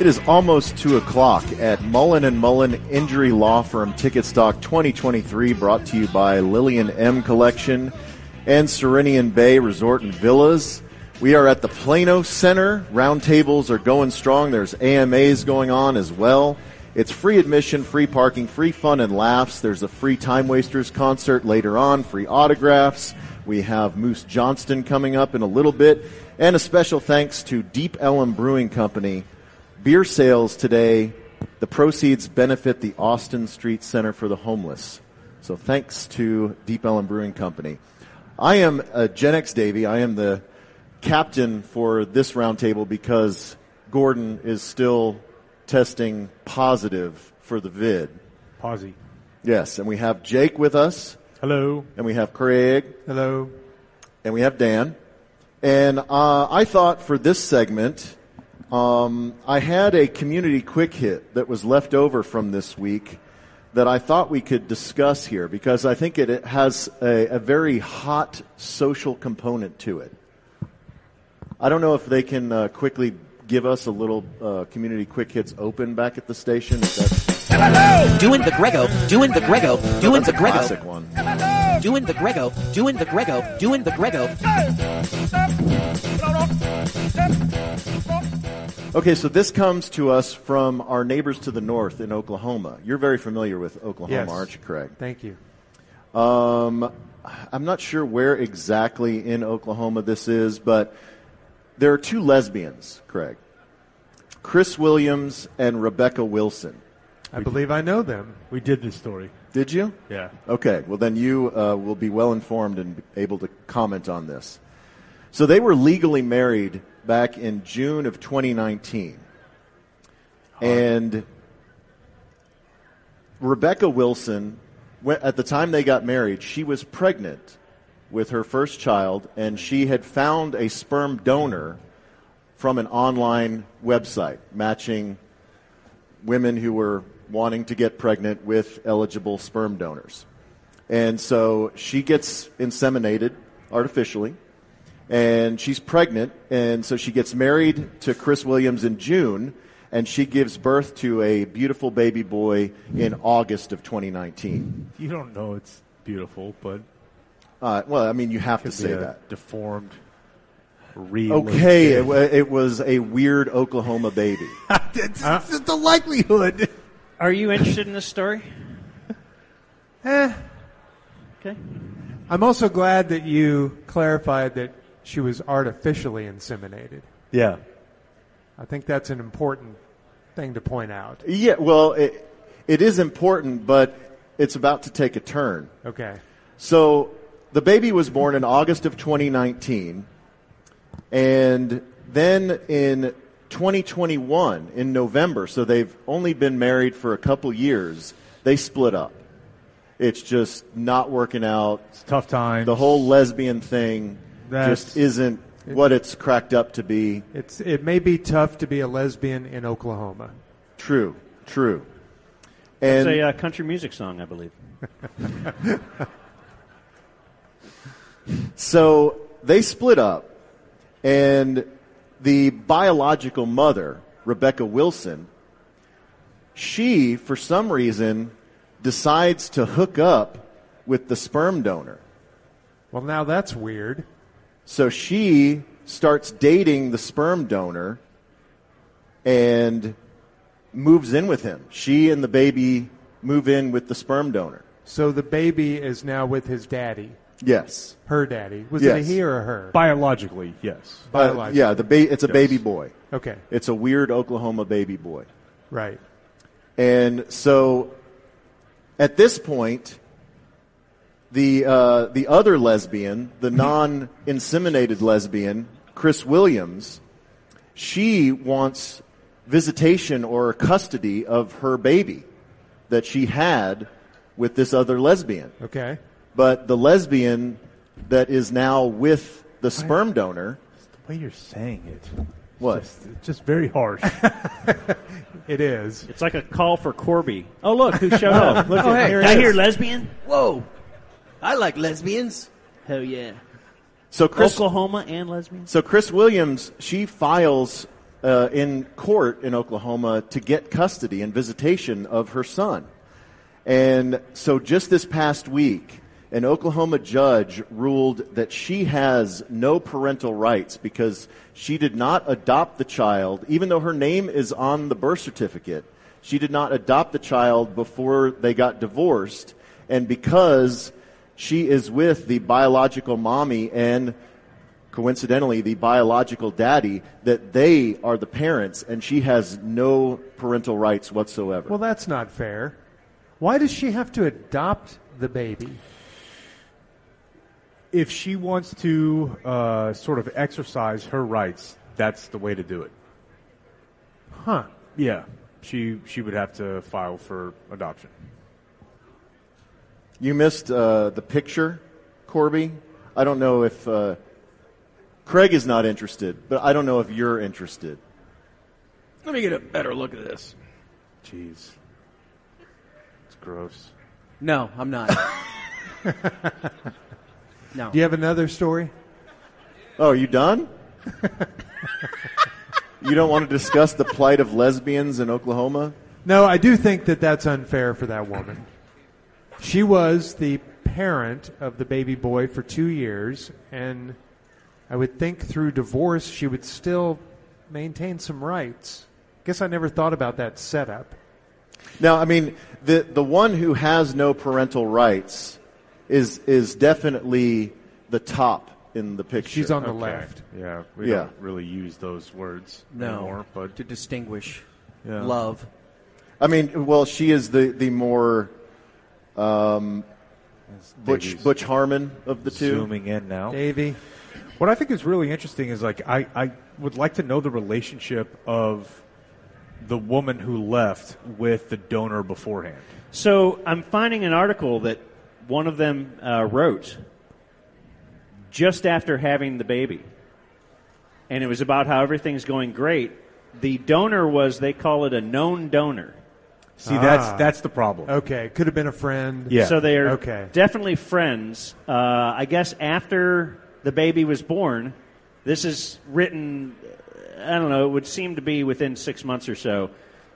It is almost 2 o'clock at Mullen & Mullen Injury Law Firm Ticket Stock 2023, brought to you by Lillian M. Collection and Serenian Bay Resort and Villas. We are at the Plano Center. Roundtables are going strong. There's AMAs going on as well. It's free admission, free parking, free fun and laughs. There's a free Time Wasters concert later on, free autographs. We have Moose Johnston coming up in a little bit. And a special thanks to Deep Ellum Brewing Company. Beer sales today. The proceeds benefit the Austin Street Center for the Homeless. So thanks to Deep Ellum Brewing Company. I am uh, Gen X Davy. I am the captain for this roundtable because Gordon is still testing positive for the vid. Posy. Yes, and we have Jake with us, Hello. and we have Craig, Hello. and we have Dan. And uh, I thought for this segment, um, I had a community quick hit that was left over from this week that I thought we could discuss here because I think it, it has a, a very hot social component to it. I don't know if they can uh, quickly give us a little uh, community quick hits open back at the station. If that's Doing the Grego, doing the Grego, doing the a Grego, classic one. doing the Grego, doing the Grego, doing the Grego. Okay, so this comes to us from our neighbors to the north in Oklahoma. You're very familiar with Oklahoma, Yes. aren't you, Craig? Thank you. Um, I'm not sure where exactly in Oklahoma this is, but there are two lesbians, Craig Chris Williams and Rebecca Wilson. I believe I know them. We did this story. Did you? Yeah. Okay, well, then you uh, will be well informed and able to comment on this. So they were legally married back in June of 2019. And Rebecca Wilson, when- at the time they got married, she was pregnant with her first child, and she had found a sperm donor from an online website matching women who were wanting to get pregnant with eligible sperm donors. And so she gets inseminated artificially, and she's pregnant, and so she gets married to Chris Williams in June, and she gives birth to a beautiful baby boy in August of 2019. You don't know it's beautiful, but Uh, well, I mean, you have to could say be a that. deformed. Real Okay, it, wa- it was a weird Oklahoma baby. it's, it's the likelihood. Are you interested in this story? Eh, Okay. I'm also glad that you clarified that she was artificially inseminated. Yeah. I think that's an important thing to point out. yeah, well, it, it is important, but it's about to take a turn. Okay. So the baby was born in August of 2019, and then in 2021, in November, so they've only been married for a couple years, they split up. It's just not working out. It's tough time. The whole lesbian thing That's- just isn't what it's cracked up to be. It's it may be tough to be a lesbian in Oklahoma. True, true. And It's a uh, country music song, I believe. So they split up, and the biological mother, Rebecca Wilson, she, for some reason, decides to hook up with the sperm donor. Well, now that's weird. So she starts dating the sperm donor and moves in with him. She and the baby move in with the sperm donor. So the baby is now with his daddy, Yes. her daddy. Was it a Yes. he or a her? Biologically, yes. Uh, yeah, the ba- it's a baby boy. Okay. It's a weird Oklahoma baby boy. Right. And so at this point, the, uh, the other lesbian, the non inseminated lesbian, Chris Williams, she wants visitation or custody of her baby that she had with this other lesbian. Okay. But the lesbian that is now with the sperm donor, The way you're saying it. what? Just, it's just very harsh. It is. It's like a call for Corby. Oh, look, who showed up. Look, Oh, hey. here it I is. hear lesbian? Whoa, I like lesbians. Hell yeah. So Chris Oklahoma and lesbians? So Chris Williams, she files uh, in court in Oklahoma to get custody and visitation of her son. And so just this past week, an Oklahoma judge ruled that she has no parental rights because she did not adopt the child, even though her name is on the birth certificate. She did not adopt the child before they got divorced. And because she is with the biological mommy and coincidentally the biological daddy, that they are the parents and she has no parental rights whatsoever. Well, that's not fair. Why does she have to adopt the baby? If she wants to uh, sort of exercise her rights, that's the way to do it. Huh. Yeah, she she would have to file for adoption. You missed uh, the picture, Corby. I don't know if uh, Craig is not interested, but I don't know if you're interested. Let me get a better look at this. Jeez, it's gross. No, I'm not. no. Do you have another story? Oh, you done? you don't want to discuss the plight of lesbians in Oklahoma? No, I do think that that's unfair for that woman. She was the parent of the baby boy for two years, and I would think through divorce she would still maintain some rights. Guess I never thought about that setup. Now, I mean, the the one who has no parental rights is is definitely the top in the picture. She's on the Okay. left. Yeah, we Yeah. don't really use those words no. anymore. But to distinguish Yeah. love. I mean, well, she is the the more um, Butch Davey's Butch Harmon of the two. zooming in now. Davy, What I think is really interesting is like I, I would like to know the relationship of the woman who left with the donor beforehand. So I'm finding an article that one of them uh, wrote just after having the baby. And it was about how everything's going great. The donor was, they call it a known donor. See, Ah. that's that's the problem. okay, could have been a friend. Yeah. So they are Okay. definitely friends. Uh, I guess after the baby was born, this is written, I don't know, it would seem to be within six months or so.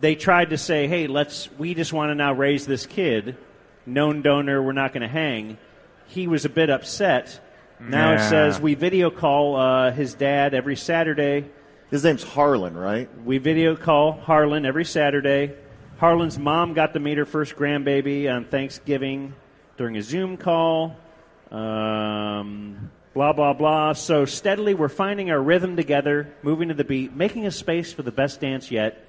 They tried to say, hey, let's, we just want to now raise this kid. Known donor, we're not going to hang. He was a bit upset. Now it Nah. says, we video call uh, his dad every Saturday. His name's Harlan, right? We video call Harlan every Saturday. Harlan's mom got to meet her first grandbaby on Thanksgiving during a Zoom call. Um, blah, blah, blah. So steadily, we're finding our rhythm together, moving to the beat, making a space for the best dance yet.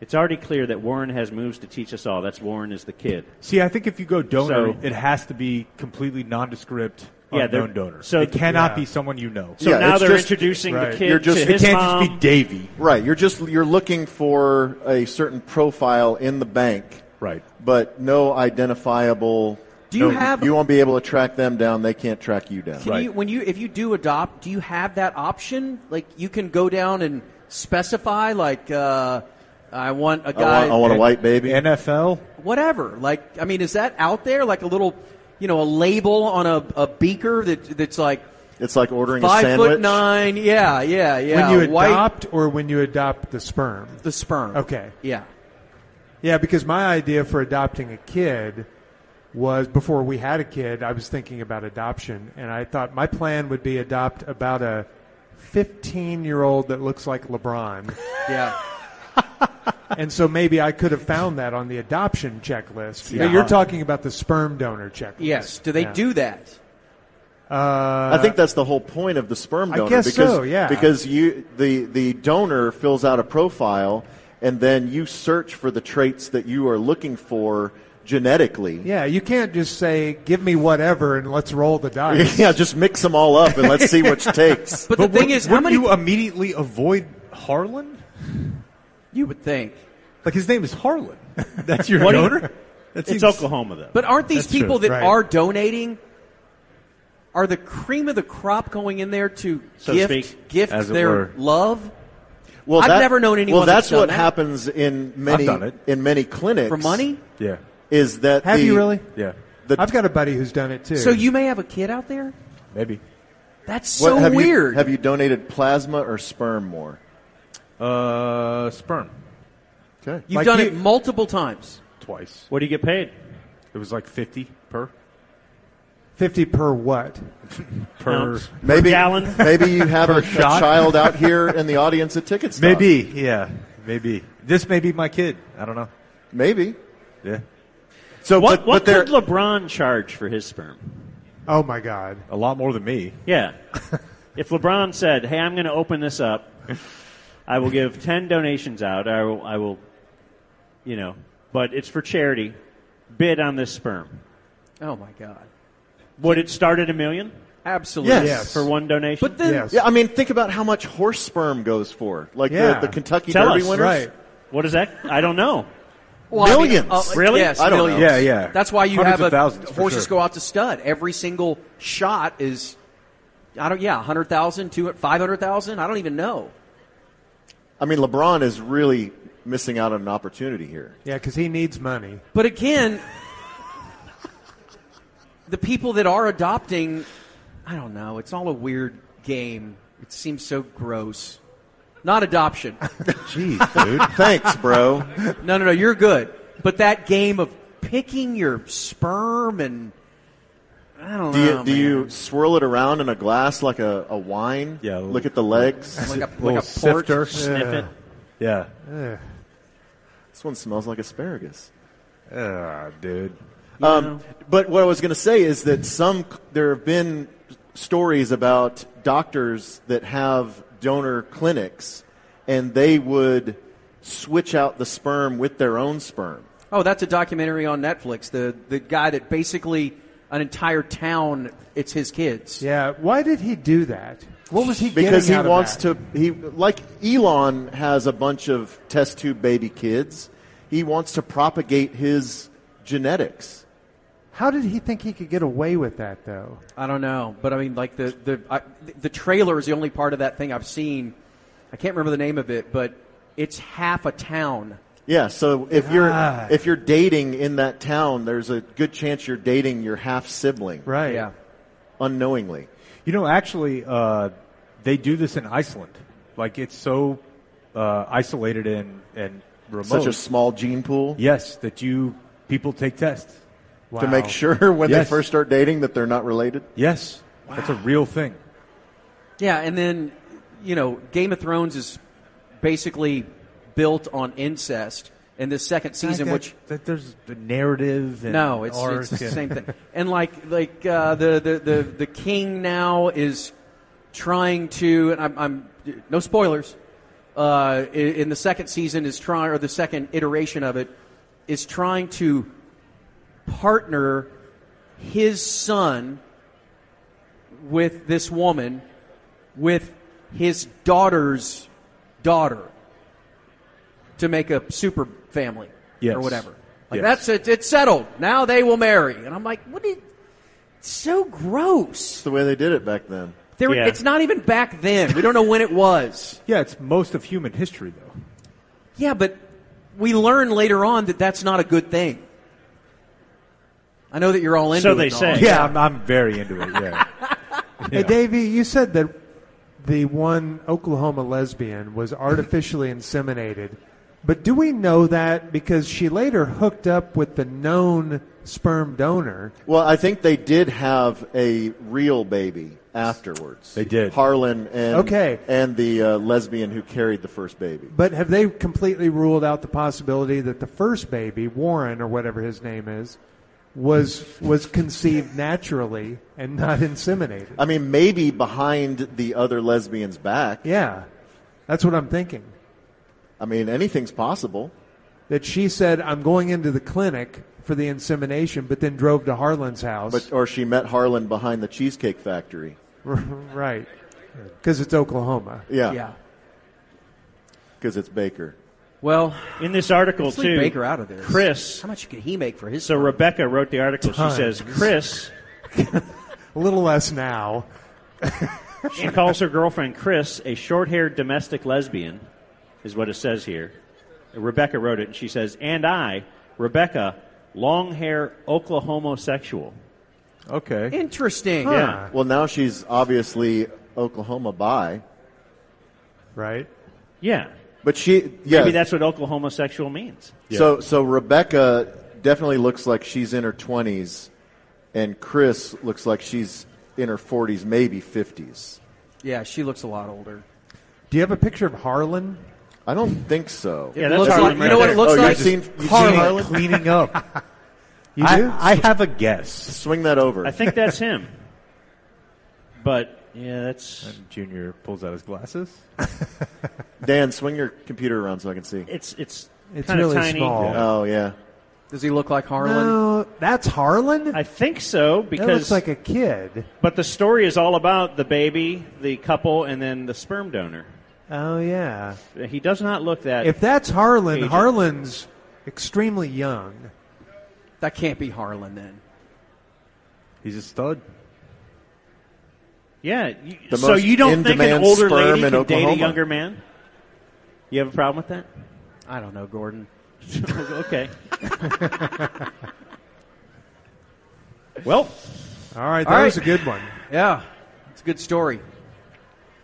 It's already clear that Warren has moves to teach us all. That's Warren is the kid. See, I think if you go donor, So- it has to be completely nondescript, Yeah, they're- unknown donor. so- it cannot Yeah. be someone you know. So Yeah, now it's they're just- introducing right. the kid You're just- to it his can't mom. just be Davy. Right. You're just you're looking for a certain profile in the bank, Right. but no identifiable. Do you no- have- You won't be able to track them down. They can't track you down. Can you, when you, if you do adopt, do you have that option? Like you can go down and specify, like uh, I want a I guy, want, I want a white baby. NFL. whatever. Like I mean, is that out there? Like a little, you know, a label on a, a beaker that that's like It's like ordering a five sandwich. foot nine. Yeah, yeah, yeah. when you White- adopt or when you adopt the sperm. the sperm. Okay. Yeah. Yeah, because my idea for adopting a kid was before we had a kid, I was thinking about adoption, and I thought my plan would be adopt about a 15 year old that looks like LeBron. Yeah. and so maybe I could have found that on the adoption checklist. But you're talking about the sperm donor checklist. Yes. Do they Yeah. do that? Uh, I think that's the whole point of the sperm I donor. guess because, so, yeah. Because you the the donor fills out a profile, and then you search for the traits that you are looking for genetically. yeah, you can't just say, give me whatever and let's roll the dice. Yeah, just mix them all up and let's see which takes. But, the thing would- is, how would many you immediately avoid Harlan? you would think. Like his name is Harlan. That's your What do you- donor. That It's seems- Oklahoma, though. But aren't these That's true, people that right. are donating are the cream of the crop going in there to So to gift speak, gift as it their were. love? Well, I've never known anyone Well, that's that's, done what that. happens in many done it. in many clinics For money? Yeah. Is that have the- you really? Yeah. The, I've got a buddy who's done it too. So you may have a kid out there? Maybe. That's what- so have you- weird. have you donated plasma or sperm more? Uh, sperm. Okay. You've Like done you- it multiple times. Twice. What do you get paid? It was like 50 per. 50 per what? Per. Ounce? Maybe, gallon? maybe you have a, a shot? child out here in the audience at Ticket Stock. Maybe. Yeah. Maybe. This may be my kid. I don't know. Maybe. Yeah. So, What, but, what but there, could LeBron charge for his sperm? Oh my God. A lot more than me. Yeah. if LeBron said, "Hey, I'm going to open this up. I will give ten donations out. I will, I will, you know, but it's for charity. Bid on this sperm. Oh my God! Would it start at a million Absolutely. yes. Yes. for one donation? But then, Yes. Yeah, I mean, think about how much horse sperm goes for. Like Yeah. the, the Kentucky Tell Derby us. winners. Right. what is that? I don't know. well, I mean, oh, Millions. uh, Really? Yes, I don't know. millions. Yeah, yeah. That's why you Hundreds have of a thousands, for horses sure. go out to stud. Every single shot is, I don't. Yeah, hundred thousand, two, five hundred thousand. I don't even know. I mean, LeBron is really missing out on an opportunity here. Yeah, because he needs money. But again, the people that are adopting, I don't know. It's all a weird game. It seems so gross. Not adoption. Jeez, dude. Thanks, bro. No, no, no. You're good. But that game of picking your sperm and I don't Do you, know. do man. you swirl it around in a glass like a, a wine? Yeah, a Look little- at the legs. like a, like Little a port? sifter. Sniff it. Yeah. Ugh. this one smells like asparagus. Ah, dude. Um, but what I was going to say is that some there have been stories about doctors that have donor clinics, and they would switch out the sperm with their own sperm. Oh, that's a documentary on Netflix. The the guy that basically an entire town, it's his kids. Yeah. Why did he do that? What was he because getting he out of wants that? to he like Elon has a bunch of test tube baby kids. He wants to propagate his genetics. How did he think he could get away with that, though? I don't know, but I mean, like the the I, the trailer is the only part of that thing I've seen. I can't remember the name of it, but it's half a town. Yeah, so if you're God. if you're dating in that town, there's a good chance you're dating your half sibling Right. Yeah. unknowingly. You know, actually, uh, they do this in Iceland. Like, it's so uh, isolated and, and remote. Such a small gene pool yes, that you people take tests. Wow. to make sure when Yes. they first start dating that they're not related. Yes. That's a real thing. Yeah, and then you know, Game of Thrones is basically built on incest, and this second season, That- which that there's the narrative and no, it's, art it's the and- same thing. And like like uh, the, the the the king now is trying to, and I'm, I'm no spoilers. Uh, i- in the second season is trying, or the second iteration of it is trying to partner his son with this woman with his daughter's daughter to make a super family Yes. or whatever. Like Yes. that's it, it's settled. Now they will marry, and I'm like, what? Is, it's so It's gross. the way they did it back then. There, Yeah. it's not even back then. We don't know when it was. Yeah, it's most of human history, though. Yeah, but we learn later on that that's not a good thing. I know that you're all into So it they and all. say. Yeah, I'm, I'm very into it. Yeah. Hey, Davey, you said that the one Oklahoma lesbian was artificially inseminated, but do we know that because she later hooked up with the known sperm donor? Well, I think they did have a real baby afterwards. They did. Harlan and Okay. and the uh, lesbian who carried the first baby. But have they completely ruled out the possibility that the first baby, Warren or whatever his name is, was was conceived naturally and not inseminated? I mean, maybe behind the other lesbian's back. Yeah, that's what I'm thinking. I mean, anything's possible. That she said, "I'm going into the clinic for the insemination," but then drove to Harlan's house. But or she met Harlan behind the Cheesecake Factory. right, because it's Oklahoma. Yeah, Yeah. because it's Baker. Well, In this article let's leave too, Baker out of this. Chris. how much could he make for his? So Rebecca wrote the article. She says Chris. A little less now. She calls her girlfriend Chris a short haired domestic lesbian, is what it says here. Rebecca wrote it, and she says, and I, Rebecca, long hair Oklahoma sexual. Okay. Interesting. Yeah. Well, now she's obviously Oklahoma by. Right. Yeah. But she, yeah. Maybe that's what Oklahoma sexual means. So so Rebecca definitely looks like she's in her twenties, and Chris looks like she's in her forties, maybe fifties. Yeah, she looks a lot older. Do you have a picture of Harlan? I don't think so. Yeah, that's looks like- Harlan right you know what it there. looks oh, like? you've seen you've seen Harlan Harlan? cleaning up. You I, do? I have a guess. Swing that over. I think that's him. But yeah, that's Junior pulls out his glasses. Dan, swing your computer around so I can see. it's it's It's kind of really tiny. small. Oh yeah. Does he look like Harlan? no, that's Harlan. I think so that because looks like a kid. but the story is all about the baby, the couple, and then the sperm donor. Oh yeah. He does not look that. If that's Harlan, Agent. Harlan's extremely young. That can't be Harlan then. He's a stud. yeah, you, The so most you don't think an in-demand older sperm lady in can date a Oklahoma. younger man? You have a problem with that? I don't know, Gordon. okay. Well, All right, that All right. was a good one. Yeah, it's a good story.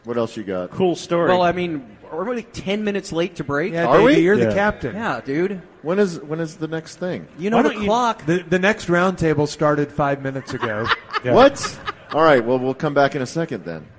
What else you got? Cool story. Well, I mean, are we like ten minutes late to break? Yeah, Are baby, we? You're Yeah. the captain. Yeah, dude. When is when is the next thing? You know Why the don't you- clock. The, the next round table started five minutes ago. Yeah. What? All right. Well, we'll come back in a second then.